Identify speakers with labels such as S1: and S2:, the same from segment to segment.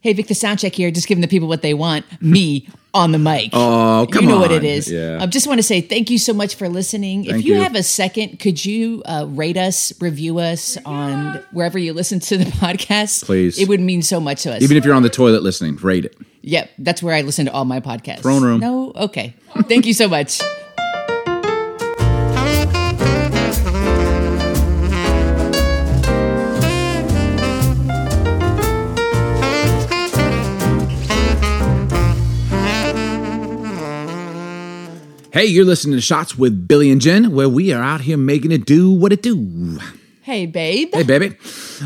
S1: Hey, Vic, the sound check here, just giving the people what they want. Me on the mic.
S2: Oh, come
S1: You know what
S2: on.
S1: it is.
S2: Yeah.
S1: I just want to say thank you so much for listening. if
S2: Thank
S1: you,
S2: you.
S1: have a second, could you uh, rate us, review us on wherever you listen to the podcast?
S2: Please.
S1: It would mean so much to us.
S2: Even if you're on the toilet listening, rate it.
S1: yep, that's where I listen to all my podcasts.
S2: Throne room.
S1: No? Okay. Thank you so much.
S2: Hey, you're listening to Shots with Billy and Jen, where we are out here making it do what it do.
S1: Hey, babe.
S2: Hey, baby.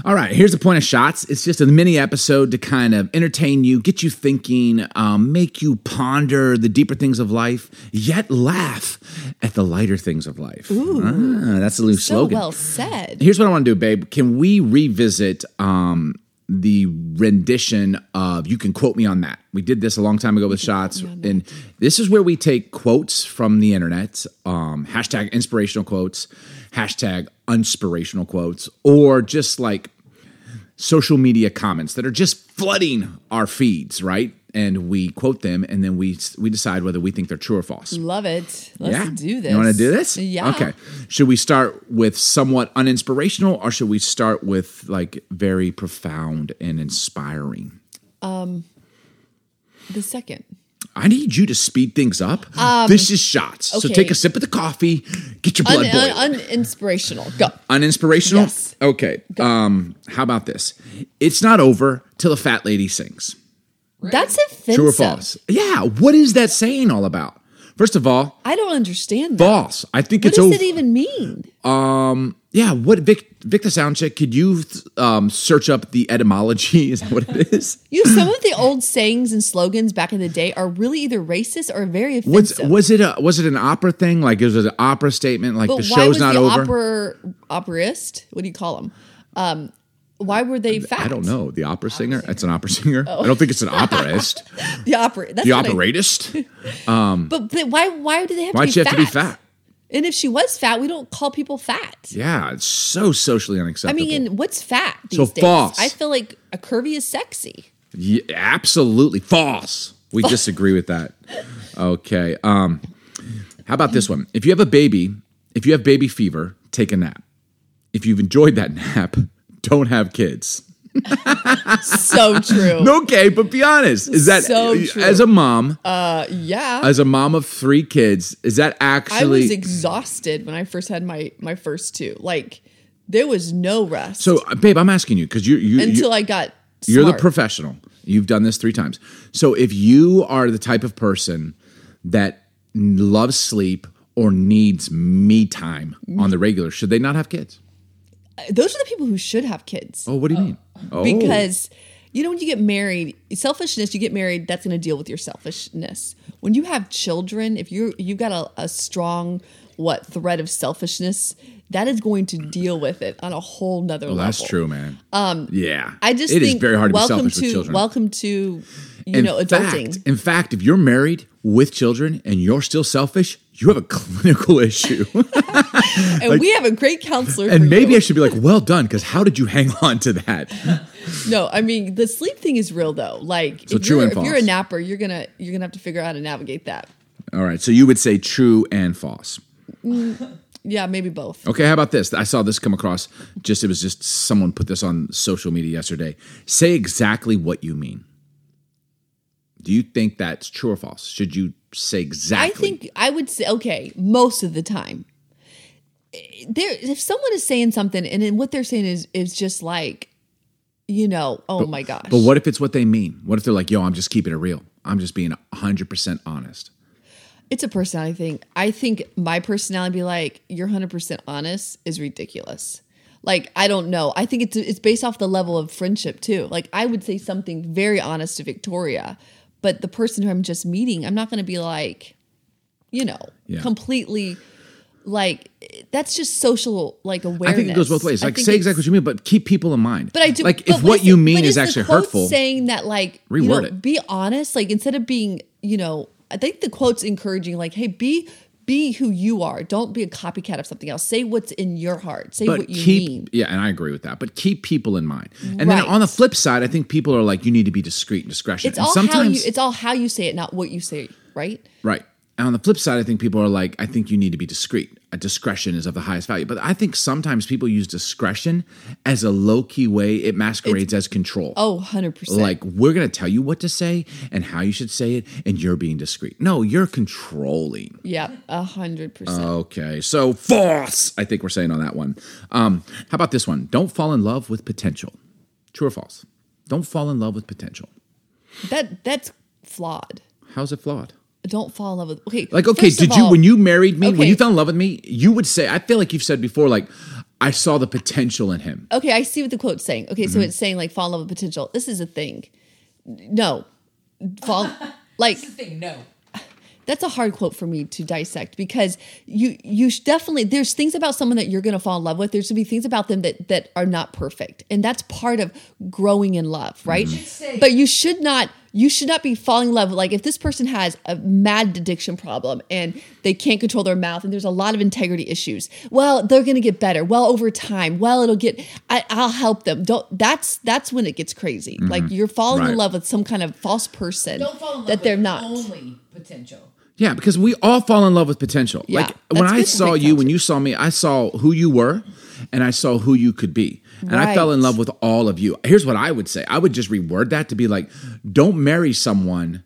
S2: All right, here's the point of Shots. It's just a mini episode to kind of entertain you, get you thinking, um, make you ponder the deeper things of life, yet laugh at the lighter things of life. Ah, that's the new
S1: so
S2: slogan.
S1: well said.
S2: Here's what I want to do, babe. Can we revisit um, the rendition of "You Can Quote Me on That"? We did this a long time ago with shots, and this is where we take quotes from the internet, um, hashtag inspirational quotes, hashtag unspirational quotes, or just like social media comments that are just flooding our feeds, right? And we quote them, and then we we decide whether we think they're true or false.
S1: Love it. Let's do this.
S2: You want to do this?
S1: Yeah.
S2: Okay. Should we start with somewhat uninspirational or should we start with like very profound and inspiring?
S1: The second.
S2: I need you to speed things up. this is shots. So
S1: Um, okay.
S2: take a sip of the coffee, get your blood
S1: Un-
S2: boiling.
S1: un- uninspirational. Go.
S2: Uninspirational?
S1: Yes.
S2: Okay. Um, how about this? It's not over till the fat lady sings.
S1: That's offensive.
S2: True or false? Yeah. What is that saying all about? First of all,
S1: I don't understand that.
S2: false. I think
S1: What
S2: it's
S1: does
S2: over.
S1: it even mean?
S2: Yeah, what Vic, Victor Soundcheck? Could you um, search up the etymology? Is that what it is?
S1: You know, some of the old sayings and slogans back in the day are really either racist or very
S2: Was
S1: offensive.
S2: was it a was it an opera thing? Like is it an opera statement? Like
S1: but
S2: the
S1: why
S2: show's
S1: was
S2: not
S1: the
S2: over.
S1: opera operist? What do you call them? Um, why were they fat?
S2: I don't know. The opera singer. It's an opera singer.
S1: Oh.
S2: I don't think it's an operist.
S1: The opera. That's
S2: the
S1: what I-
S2: operatist.
S1: but, but why? Why do they have to
S2: Why'd
S1: be
S2: she have
S1: fat?
S2: to be fat?
S1: And if she was fat, we don't call people fat.
S2: Yeah, it's so socially
S1: I
S2: unacceptable.
S1: mean, and what's fat these
S2: So
S1: days?
S2: false.
S1: I feel like a curvy is sexy.
S2: Ye- absolutely false. We disagree with that. Okay. Um, how about this one? If you have a baby, if you have baby fever, take a nap. If you've enjoyed that nap, don't have kids.
S1: So true.
S2: Okay, but be honest. Is that
S1: So true.
S2: as a mom,
S1: Yeah.
S2: as a mom of three kids, is that
S1: I was
S2: actually
S1: exhausted when I first had my my first two. Like there was no rest
S2: so, uh, babe? I'm asking you because you you
S1: until
S2: you,
S1: I got.
S2: You're the
S1: smart.
S2: professional. You've done this three times. So if you are the type of person that n- loves sleep or needs me time on the regular, should they not have kids?
S1: those are the people who should have kids
S2: Oh, what do you mean? Oh.
S1: because you know when you get married selfishness you get married that's going to deal with your selfishness when you have children if you you've got a, a strong what thread of selfishness that is going to deal with it on a whole nother
S2: Well,
S1: level
S2: that's true, man. Um, yeah,
S1: i just
S2: it is
S1: think
S2: very hard to be
S1: welcome
S2: selfish
S1: to
S2: with children.
S1: welcome to you know adulting
S2: Fact, in fact, if you're married with children and you're still selfish, you have a clinical issue.
S1: and we have a great counselor for
S2: and maybe
S1: you.
S2: I should be like, "Well done," because how did you hang on to that?
S1: No, I mean the sleep thing is real though. Like if,
S2: true
S1: you're,
S2: and
S1: if you're a
S2: false.
S1: napper, you're gonna you're gonna have to figure out how to navigate that.
S2: All right, so you would say true and false.
S1: Yeah, maybe both.
S2: Okay, how about this? I saw this come across. Just it was just someone put this on social media yesterday. Say exactly what you mean. Do you think that's true or false? Should you say
S1: I
S2: exactly?
S1: think I would say okay most of the time. There, if someone is saying something and then what they're saying is is just like, you know, oh my gosh.
S2: But what if it's what they mean? What if they're like, "Yo, I'm just keeping it real. I'm just being 100% honest."
S1: It's a personality thing. I think my personality be like, you're 100% honest is ridiculous. Like, I don't know. I think it's it's based off the level of friendship too. Like, I would say something very honest to Victoria, but the person who I'm just meeting, I'm not going to be like, you know,
S2: Yeah.
S1: completely like that's just social like
S2: I
S1: awareness.
S2: think it goes both ways.
S1: I
S2: Like
S1: think
S2: say
S1: it's-
S2: exactly what you mean, but keep people in mind.
S1: But I do.
S2: Like
S1: but
S2: if what you
S1: the-
S2: mean
S1: but
S2: is
S1: the
S2: actually
S1: quote
S2: hurtful.
S1: saying that like you
S2: Reword
S1: know,
S2: it.
S1: Be honest. Like instead of being, you know, I think the quote's encouraging. Like, hey, be be who you are. Don't be a copycat of something else. Say what's in your heart. Say what you
S2: keep
S1: mean.
S2: yeah and i agree with that but keep people in mind and then
S1: Right.
S2: on the flip side i think people are like you need to be discreet and discretion
S1: It's
S2: and
S1: all how
S2: sometimes
S1: you. It's all how you say it, not what you say. Right.
S2: right and on the flip side i think people are like i think you need to be discreet Uh, discretion is of the highest value but i think sometimes people use discretion as a low-key way it masquerades as control
S1: Oh, 100 percent.
S2: like we're gonna tell you what to say and how you should say it and you're being discreet no you're controlling
S1: yeah, hundred percent.
S2: Okay, so false. I think we're saying on that one. Um, how about this one? Don't fall in love with potential. True or false? Don't fall in love with potential. uh,
S1: That that's flawed.
S2: How's it flawed?
S1: Don't fall in love with. Okay.
S2: Like, okay,
S1: first of
S2: did you
S1: all-
S2: when you married me, when
S1: okay.
S2: you fell in love with me, you would say, I feel like you've said before, like, I saw the potential in him.
S1: okay, I see what the quote's saying. Okay,
S3: Mm-hmm.
S1: so it's saying like fall in love with potential. This is a thing. No, fall like
S3: thing, no.
S1: that's a hard quote for me to dissect because you you sh- definitely there's things about someone that you're going to fall in love with. There's going to be things about them that that are not perfect, and that's part of growing in love, right?
S3: say-
S1: But you should not you should not be falling in love with like if this person has a mad addiction problem and they can't control their mouth and there's a lot of integrity issues. Well, they're going to get better. Well, over time, well, it'll get. I, I'll help them. Don't. That's that's when it gets crazy. Like you're falling
S2: Right.
S1: in love with some kind of false person
S3: Don't fall in love
S1: that they're
S3: with
S1: not.
S3: only potential.
S2: Yeah, because we all fall in love with potential.
S1: Yeah,
S2: like when
S1: that's
S2: I
S1: good to
S2: saw
S1: think
S2: you,
S1: about
S2: when you saw me, I saw who you were and I saw who you could be. And I fell in
S1: Right.
S2: love with all of you. Here's what I would say I would just reword that to be like, don't marry someone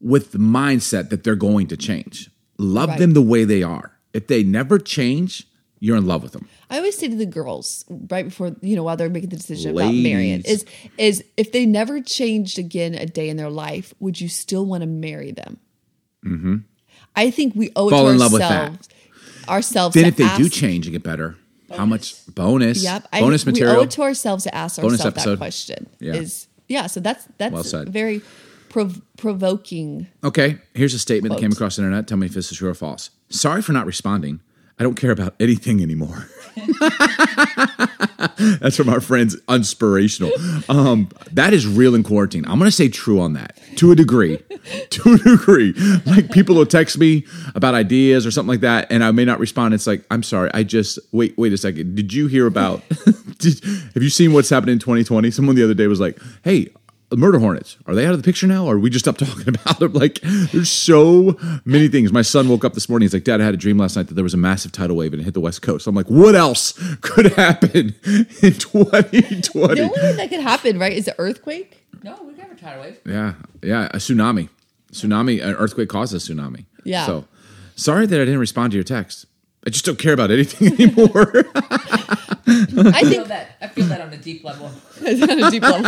S2: with the mindset that they're going to change. Love
S1: Right.
S2: them the way they are. If they never change, you're in love with them.
S1: I always say to the girls right before you know while they're making the decision about marrying is
S2: Ladies.
S1: is if they never changed again a day in their life, would you still want to marry them? Mm-hmm. I think we owe
S2: Fall
S1: it to
S2: in love
S1: ourselves.
S2: with that.
S1: Ourselves.
S2: Then
S1: to
S2: if they do
S1: ask-
S2: change and get better, how much bonus?
S1: yep, I-
S2: bonus
S1: We owe
S2: material.
S1: it to ourselves to ask
S2: Bonus
S1: ourselves
S2: episode.
S1: that question.
S2: Yeah.
S1: Is yeah. So that's that's
S2: Well said.
S1: very prov- provoking.
S2: Okay, here's a statement that came
S1: Quote.
S2: across the internet. Tell me if this is true or false. Sorry for not responding. I don't care about anything anymore. That's from our friends Unspirational. Um, that is real in quarantine. I'm gonna say true on that to a degree. to a degree. Like people will text me about ideas or something like that, and I may not respond. It's like, I'm sorry, I just wait, wait a second. Did you hear about did, have you seen what's happened in 2020? Someone the other day was like, Hey, the murder hornets, are they out of the picture now? Or are we just up talking about them? Like, there's so many things. My son woke up this morning. He's like, Dad, I had a dream last night that there was a massive tidal wave and it hit the West Coast. I'm like, what else could happen in 2020?
S1: The only thing that could happen, right, is an earthquake.
S3: No, we never tidal wave.
S2: Yeah, yeah, a tsunami. Tsunami, an earthquake causes tsunami.
S1: Yeah.
S2: So sorry that I didn't respond to your text. I just don't care about anything anymore.
S1: I
S3: I
S1: think
S3: feel that. I feel that on a deep level.
S1: It's on a deep level.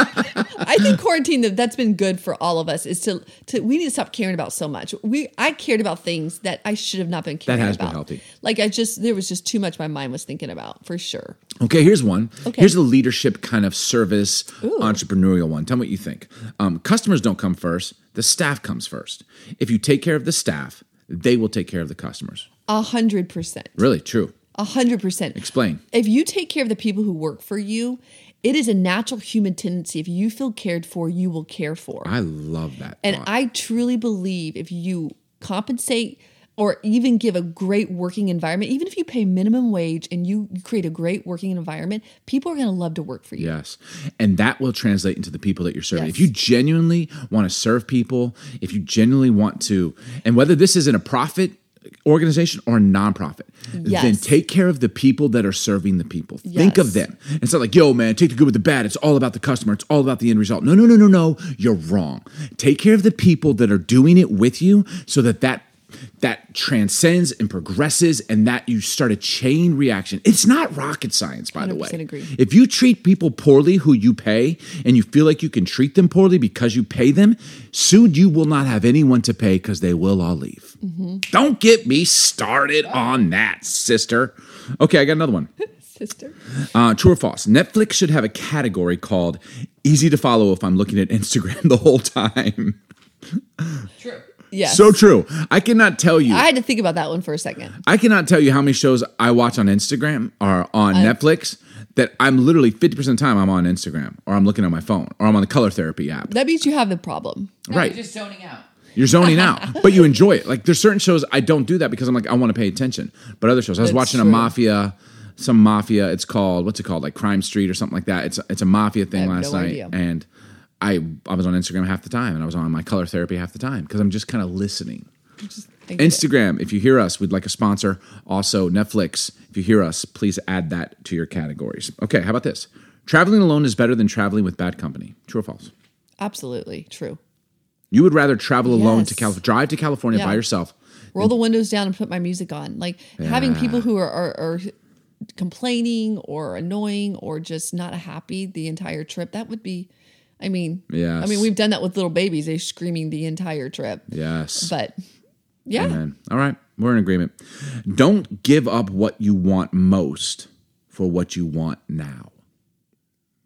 S1: I think quarantine that- that's been good for all of us is to to we need to stop caring about so much. We I cared about things that I should have not been caring
S2: has been
S1: about.
S2: healthy.
S1: Like I just there was just too much my mind was thinking about for sure.
S2: Okay, here's one.
S1: Okay.
S2: Here's a leadership kind of service entrepreneurial one. Tell me what you think. Um, customers don't come first, the staff comes first. If you take care of the staff, they will take care of the customers.
S1: A hundred percent.
S2: Really, true.
S1: A hundred percent.
S2: Explain.
S1: If you take care of the people who work for you, it is a natural human tendency. If you feel cared for, you will care for.
S2: I love that.
S1: And
S2: thought.
S1: I truly believe if you compensate or even give a great working environment, even if you pay minimum wage and you create a great working environment, people are going to love to work for you.
S2: Yes. And that will translate into the people that you're serving. If
S1: Yes.
S2: you genuinely want to serve people, if you genuinely want to, and whether this is in a profit organization or a nonprofit, then
S1: Yes.
S2: take care of the people that are serving the people. Think
S1: Yes.
S2: of them. It's not like, yo, man, take the good with the bad. It's all about the customer. It's all about the end result. No, no, no, no, no. You're wrong. Take care of the people that are doing it with you so that that that transcends and progresses and that you start a chain reaction. It's not rocket science, by the way.
S1: 100% agree.
S2: If you treat people poorly who you pay and you feel like you can treat them poorly because you pay them, soon you will not have anyone to pay because they will all leave.
S1: Mm-hmm.
S2: Don't get me started on that, sister. Okay, I got another one.
S1: Sister.
S2: Uh, true or false? Netflix should have a category called easy to follow if I'm looking at Instagram the whole time.
S3: True.
S1: Yes.
S2: So true. I cannot tell you.
S1: I
S2: I-
S1: had to think about that one for a second.
S2: cannot tell you how many shows I watch on Instagram or on Netflix that I'm literally 50% of the time I'm on Instagram or I'm looking on my phone or I'm on the color therapy app.
S1: That means you have the problem.
S3: No,
S2: Right.
S3: You're just zoning out.
S2: You're zoning out, but you enjoy it. Like there's certain shows I don't do that because I'm like I want to pay attention. But other shows, I was
S1: That's
S2: watching a
S1: true.
S2: mafia, some mafia. It's called what's it called? Like Crime Street or something like that. It's it's a mafia thing
S1: have
S2: last
S1: no
S2: night,
S1: idea.
S2: and I I was on Instagram half the time, and I was on my color therapy half the time because I'm just kind of listening.
S1: I get it.
S2: Instagram, if you hear us, we'd like a sponsor. Also, Netflix, if you hear us, please add that to your categories. Okay, how about this? Traveling alone is better than traveling with bad company. True or false?
S1: Absolutely true.
S2: You would rather travel alone to
S1: Yes.
S2: California, drive to California
S1: Yeah.
S2: by yourself.
S1: Roll the windows down and put my music on. Like having people who are, are are complaining or annoying or just not happy the entire trip. That would be. I mean,
S2: Yes.
S1: I mean, we've done that with little babies. They're screaming the entire trip.
S2: Yes.
S1: But yeah,
S2: Amen. All right, we're in agreement. Don't give up what you want most for what you want now.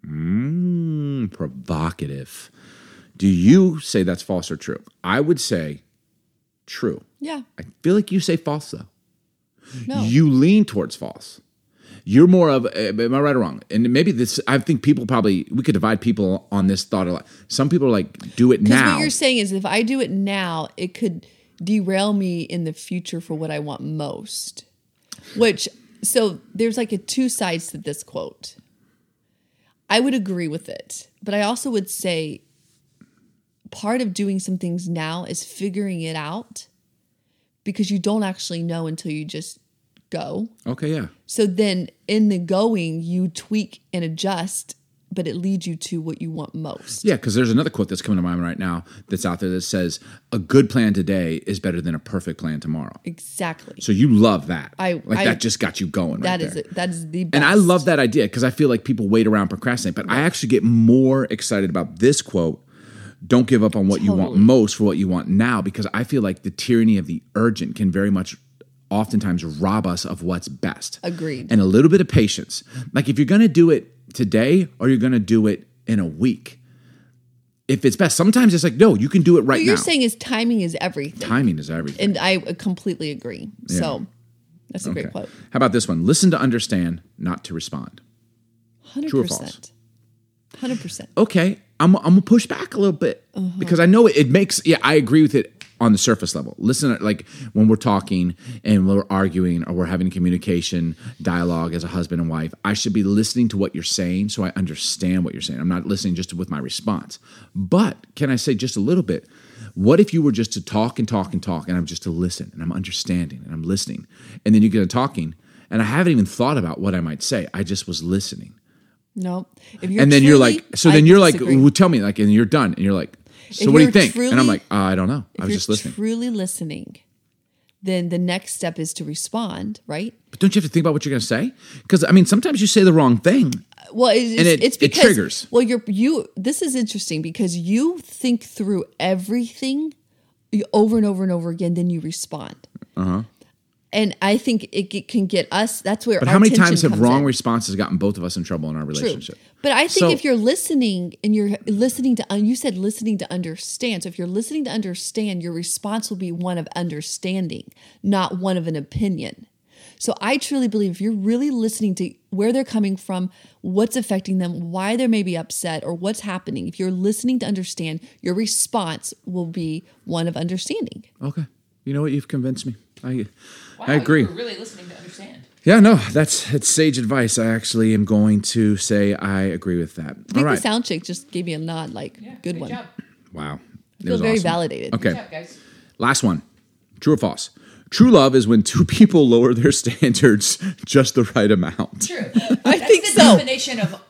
S2: Mm, provocative. Do you say that's false or true? I would say true.
S1: yeah,
S2: I feel like you say false though.
S1: no,
S2: You lean towards false. You're more of eh, am I right or wrong? And maybe this I think people probably we could divide people on this thought a lot. Some people are like do it
S1: Because
S2: now.
S1: what you're saying is if I do it now, it could derail me in the future for what I want most. Which so there's like a two sides to this quote. I would agree with it, but I also would say part of doing some things now is figuring it out because you don't actually know until you just go.
S2: okay, yeah.
S1: So then in the going, you tweak and adjust, but it leads you to what you want most.
S2: Yeah, because there's another quote that's coming to mind right now that's out there that says, "A good plan today is better than a perfect plan tomorrow."
S1: Exactly.
S2: So you love that.
S1: I-
S2: like
S1: I-
S2: that just got you going.
S1: That
S2: right
S1: is
S2: there.
S1: it. That is the best.
S2: And I love that idea because I feel like people wait around procrastinate, but I actually get more excited about this quote. Don't give up on what you want
S1: Totally.
S2: most for what you want now because I feel like the tyranny of the urgent can very much oftentimes rob us of what's best.
S1: Agreed.
S2: And a little bit of patience. Like if you're going to do it today or you're going to do it in a week. If it's best, sometimes it's like, no, you can do it right
S1: what you're
S2: now.
S1: saying is timing is everything,
S2: Timing is everything.
S1: and I completely agree. So that's a great
S2: Okay.
S1: quote.
S2: How about this one? Listen to understand, not to respond.
S1: Hundred
S2: True or false?
S1: percent. Hundred percent.
S2: okay, I'm I'm gonna push back a little bit because I know it, it makes yeah I agree with it on the surface level. Listen, like when we're talking and we're arguing or we're having communication dialogue as a husband and wife, I should be listening to what you're saying so I understand what you're saying. I'm not listening just with my response. But can I say just a little bit? What if you were just to talk and talk and talk and I'm just to listen and I'm understanding and I'm listening and then you get to talking and I haven't even thought about what I might say. I just was listening
S1: No. If you're
S2: and then you're
S1: truly-
S2: like, so
S1: I
S2: then you're like,
S1: disagree.
S2: well, tell me, like, and you're done, and you're like,
S1: If
S2: so what do you
S1: you're
S2: think? and I'm
S1: truly-
S2: like, uh, I don't know. I
S1: if
S2: was
S1: you're
S2: just listening.
S1: truly listening, then the next step is to respond, right?
S2: but don't you have to think about what you're going to say? Because I mean, sometimes you say the wrong thing.
S1: Well, it, it's,
S2: it-
S1: it's
S2: it
S1: because
S2: triggers.
S1: Well, you're you. This is interesting because you think through everything you- over and over and over again, then you respond.
S2: Uh-huh.
S1: And I think it, ge- can get us. That's where.
S2: But
S1: our
S2: how many
S1: tension
S2: times have
S1: comes
S2: wrong
S1: in.
S2: responses gotten both of us in trouble in our
S1: True.
S2: relationship?
S1: But I think
S2: So-
S1: if you're listening and you're listening to, you said listening to understand. So if you're listening to understand, your response will be one of understanding, not one of an opinion. So I truly believe if you're really listening to where they're coming from, what's affecting them, why they may be upset, or what's happening, if you're listening to understand, your response will be one of understanding.
S2: Okay, you know what? You've convinced me. I,
S3: Wow,
S2: I agree.
S3: You were really listening to understand.
S2: Yeah, no, that's that's sage advice. I actually am going to say I agree with that.
S1: I
S2: All
S1: think
S2: right.
S1: the sound chick just gave me a nod, like
S3: Yeah,
S1: good one.
S3: Job.
S2: wow. It
S1: I feel
S2: was
S1: very
S2: awesome.
S1: validated.
S2: Okay.
S3: Good job, guys.
S2: Last one. True or false? True love is when two people lower their standards just the right amount.
S3: True.
S1: I
S3: That's
S1: think
S3: the
S1: so.
S3: definition of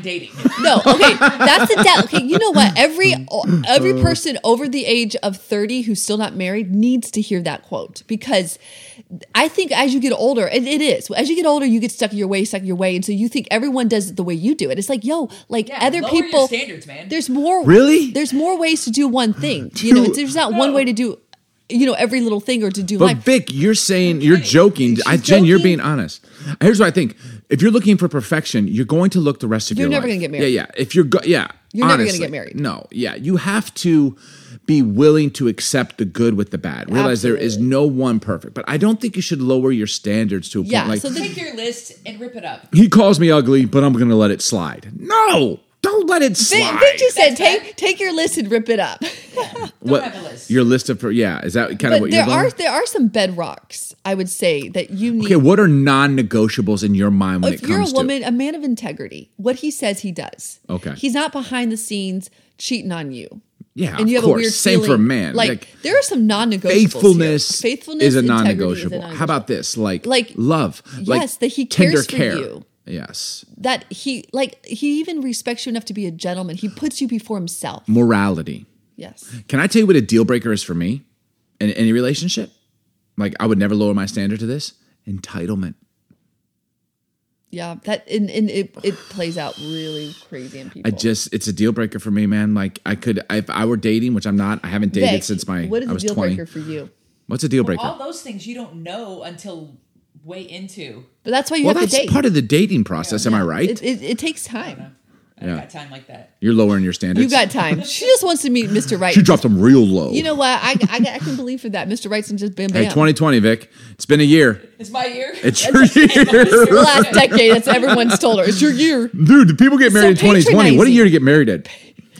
S3: dating.
S1: No, okay, that's the doubt. Okay, you know what? Every every person over the age of thirty who's still not married needs to hear that quote because I think as you get older, and it is as you get older, you get stuck in your way, stuck in your way, and so you think everyone does it the way you do it. It's like, yo, like
S3: Yeah,
S1: other
S3: lower your
S1: people
S3: standards, man.
S1: There's more.
S2: Really?
S1: There's more ways to do one thing. You know,
S2: Dude.
S1: it's, there's not one way to do. You know, every little thing or to do
S2: But
S1: life.
S2: Vic, you're saying you're joking. I, Jen, you're
S1: joking.
S2: being honest. Here's what I think: if you're looking for perfection, you're going to look the rest of
S1: You're
S2: your
S1: never
S2: life.
S1: gonna get married.
S2: Yeah, yeah. If you're, go- yeah,
S1: You're never gonna
S2: honestly.
S1: get married.
S2: No, yeah. You have to be willing to accept the good with the bad. Realize there is
S1: Absolutely.
S2: no one perfect. But I don't think you should lower your standards to a point
S1: Yeah,
S2: like
S1: so the-
S3: Take your list and rip it up.
S2: he calls me ugly, but I'm going to let it slide. No, don't let it
S1: Vic,
S2: slide.
S1: Vic just said,
S3: That's
S1: take take your list and rip it up.
S3: Don't
S2: what
S3: have a list.
S2: your list of yeah is that kind of
S1: But
S2: what you're
S1: there
S2: doing?
S1: are there are some bedrocks I would say that you need.
S2: okay, what are non-negotiables in your mind when
S1: if
S2: it
S1: you're a
S2: comes
S1: woman, a man of integrity, what he says he does.
S2: Okay.
S1: He's not behind the scenes cheating on you.
S2: Yeah,
S1: And you
S2: of
S1: have
S2: course.
S1: a weird
S2: Same for
S1: feeling.
S2: a man.
S1: Like,
S2: Like,
S1: there are some non-negotiables. here.
S2: to faithfulness?
S1: Faithfulness
S2: is a
S1: integrity is a
S2: non-negotiable. How about this? Like
S1: Like,
S2: love.
S1: yes,
S2: like
S1: that he
S2: tender
S1: cares for
S2: care.
S1: you.
S2: Yes,
S1: that he like he even respects you enough to be a gentleman. He puts you before himself.
S2: morality.
S1: Yes.
S2: Can I tell you what a deal breaker is for me in any relationship? Like I would never lower my standard to this. Entitlement.
S1: Yeah. That and, and it it plays out really crazy in people.
S2: I just it's a deal breaker for me, man. Like I could if I were dating, which I'm not. I haven't dated
S1: Vic,
S2: since my
S1: what is
S2: I
S1: the
S2: was
S1: deal
S2: 20.
S1: breaker for you?
S2: What's a deal breaker?
S3: All those things you don't know until way into.
S1: But that's why you
S2: well,
S1: have to
S2: that's
S1: date.
S2: part of the dating process. Am I right?
S1: it, it, it takes time.
S3: I don't got time like that.
S2: You're lowering your standards.
S1: You got time. she just wants to meet Mr. Wright.
S2: She dropped them real low.
S1: You know what? I, I, I can believe for that. Mr. Wrightson just bam bam.
S2: Hey, 2020, Vic. It's been a year.
S3: It's my year.
S2: It's your
S1: The
S2: year.
S1: last decade, that's everyone's told her. It's your year.
S2: Dude, the people get married
S1: So
S2: in 2020. What a
S1: patronizing.
S2: year to get married at.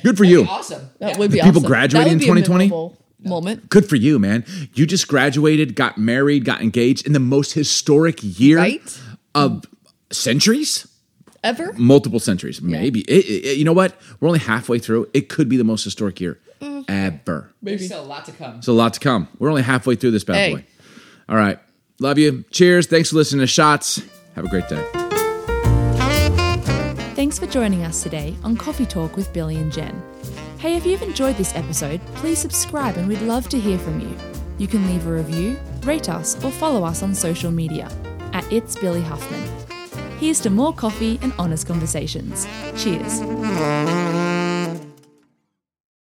S2: Good for you.
S3: awesome.
S1: That
S3: Yeah.
S1: would be
S2: Did people
S1: awesome.
S2: graduate
S1: That would
S2: in
S1: be a
S2: 2020?
S1: memorable Moment.
S2: Good for you, man. You just graduated, got married, got engaged in the most historic year
S1: Right?
S2: of centuries,
S1: Ever?
S2: multiple centuries, maybe. It- it- it- you know what? We're only halfway through. It could be the most historic year
S1: Mm-hmm.
S2: ever.
S3: There's still a lot to come.
S2: So a lot to come. We're only halfway through this bad
S1: Hey.
S2: boy. All right. Love you. Cheers. Thanks for listening to Shots. Have a great day.
S4: Thanks for joining us today on Coffee Talk with Billy and Jen. Hey, if you've enjoyed this episode, please subscribe and we'd love to hear from you. You can leave a review, rate us, or follow us on social media at It's Billy Huffman. Here's to more coffee and honest conversations. Cheers.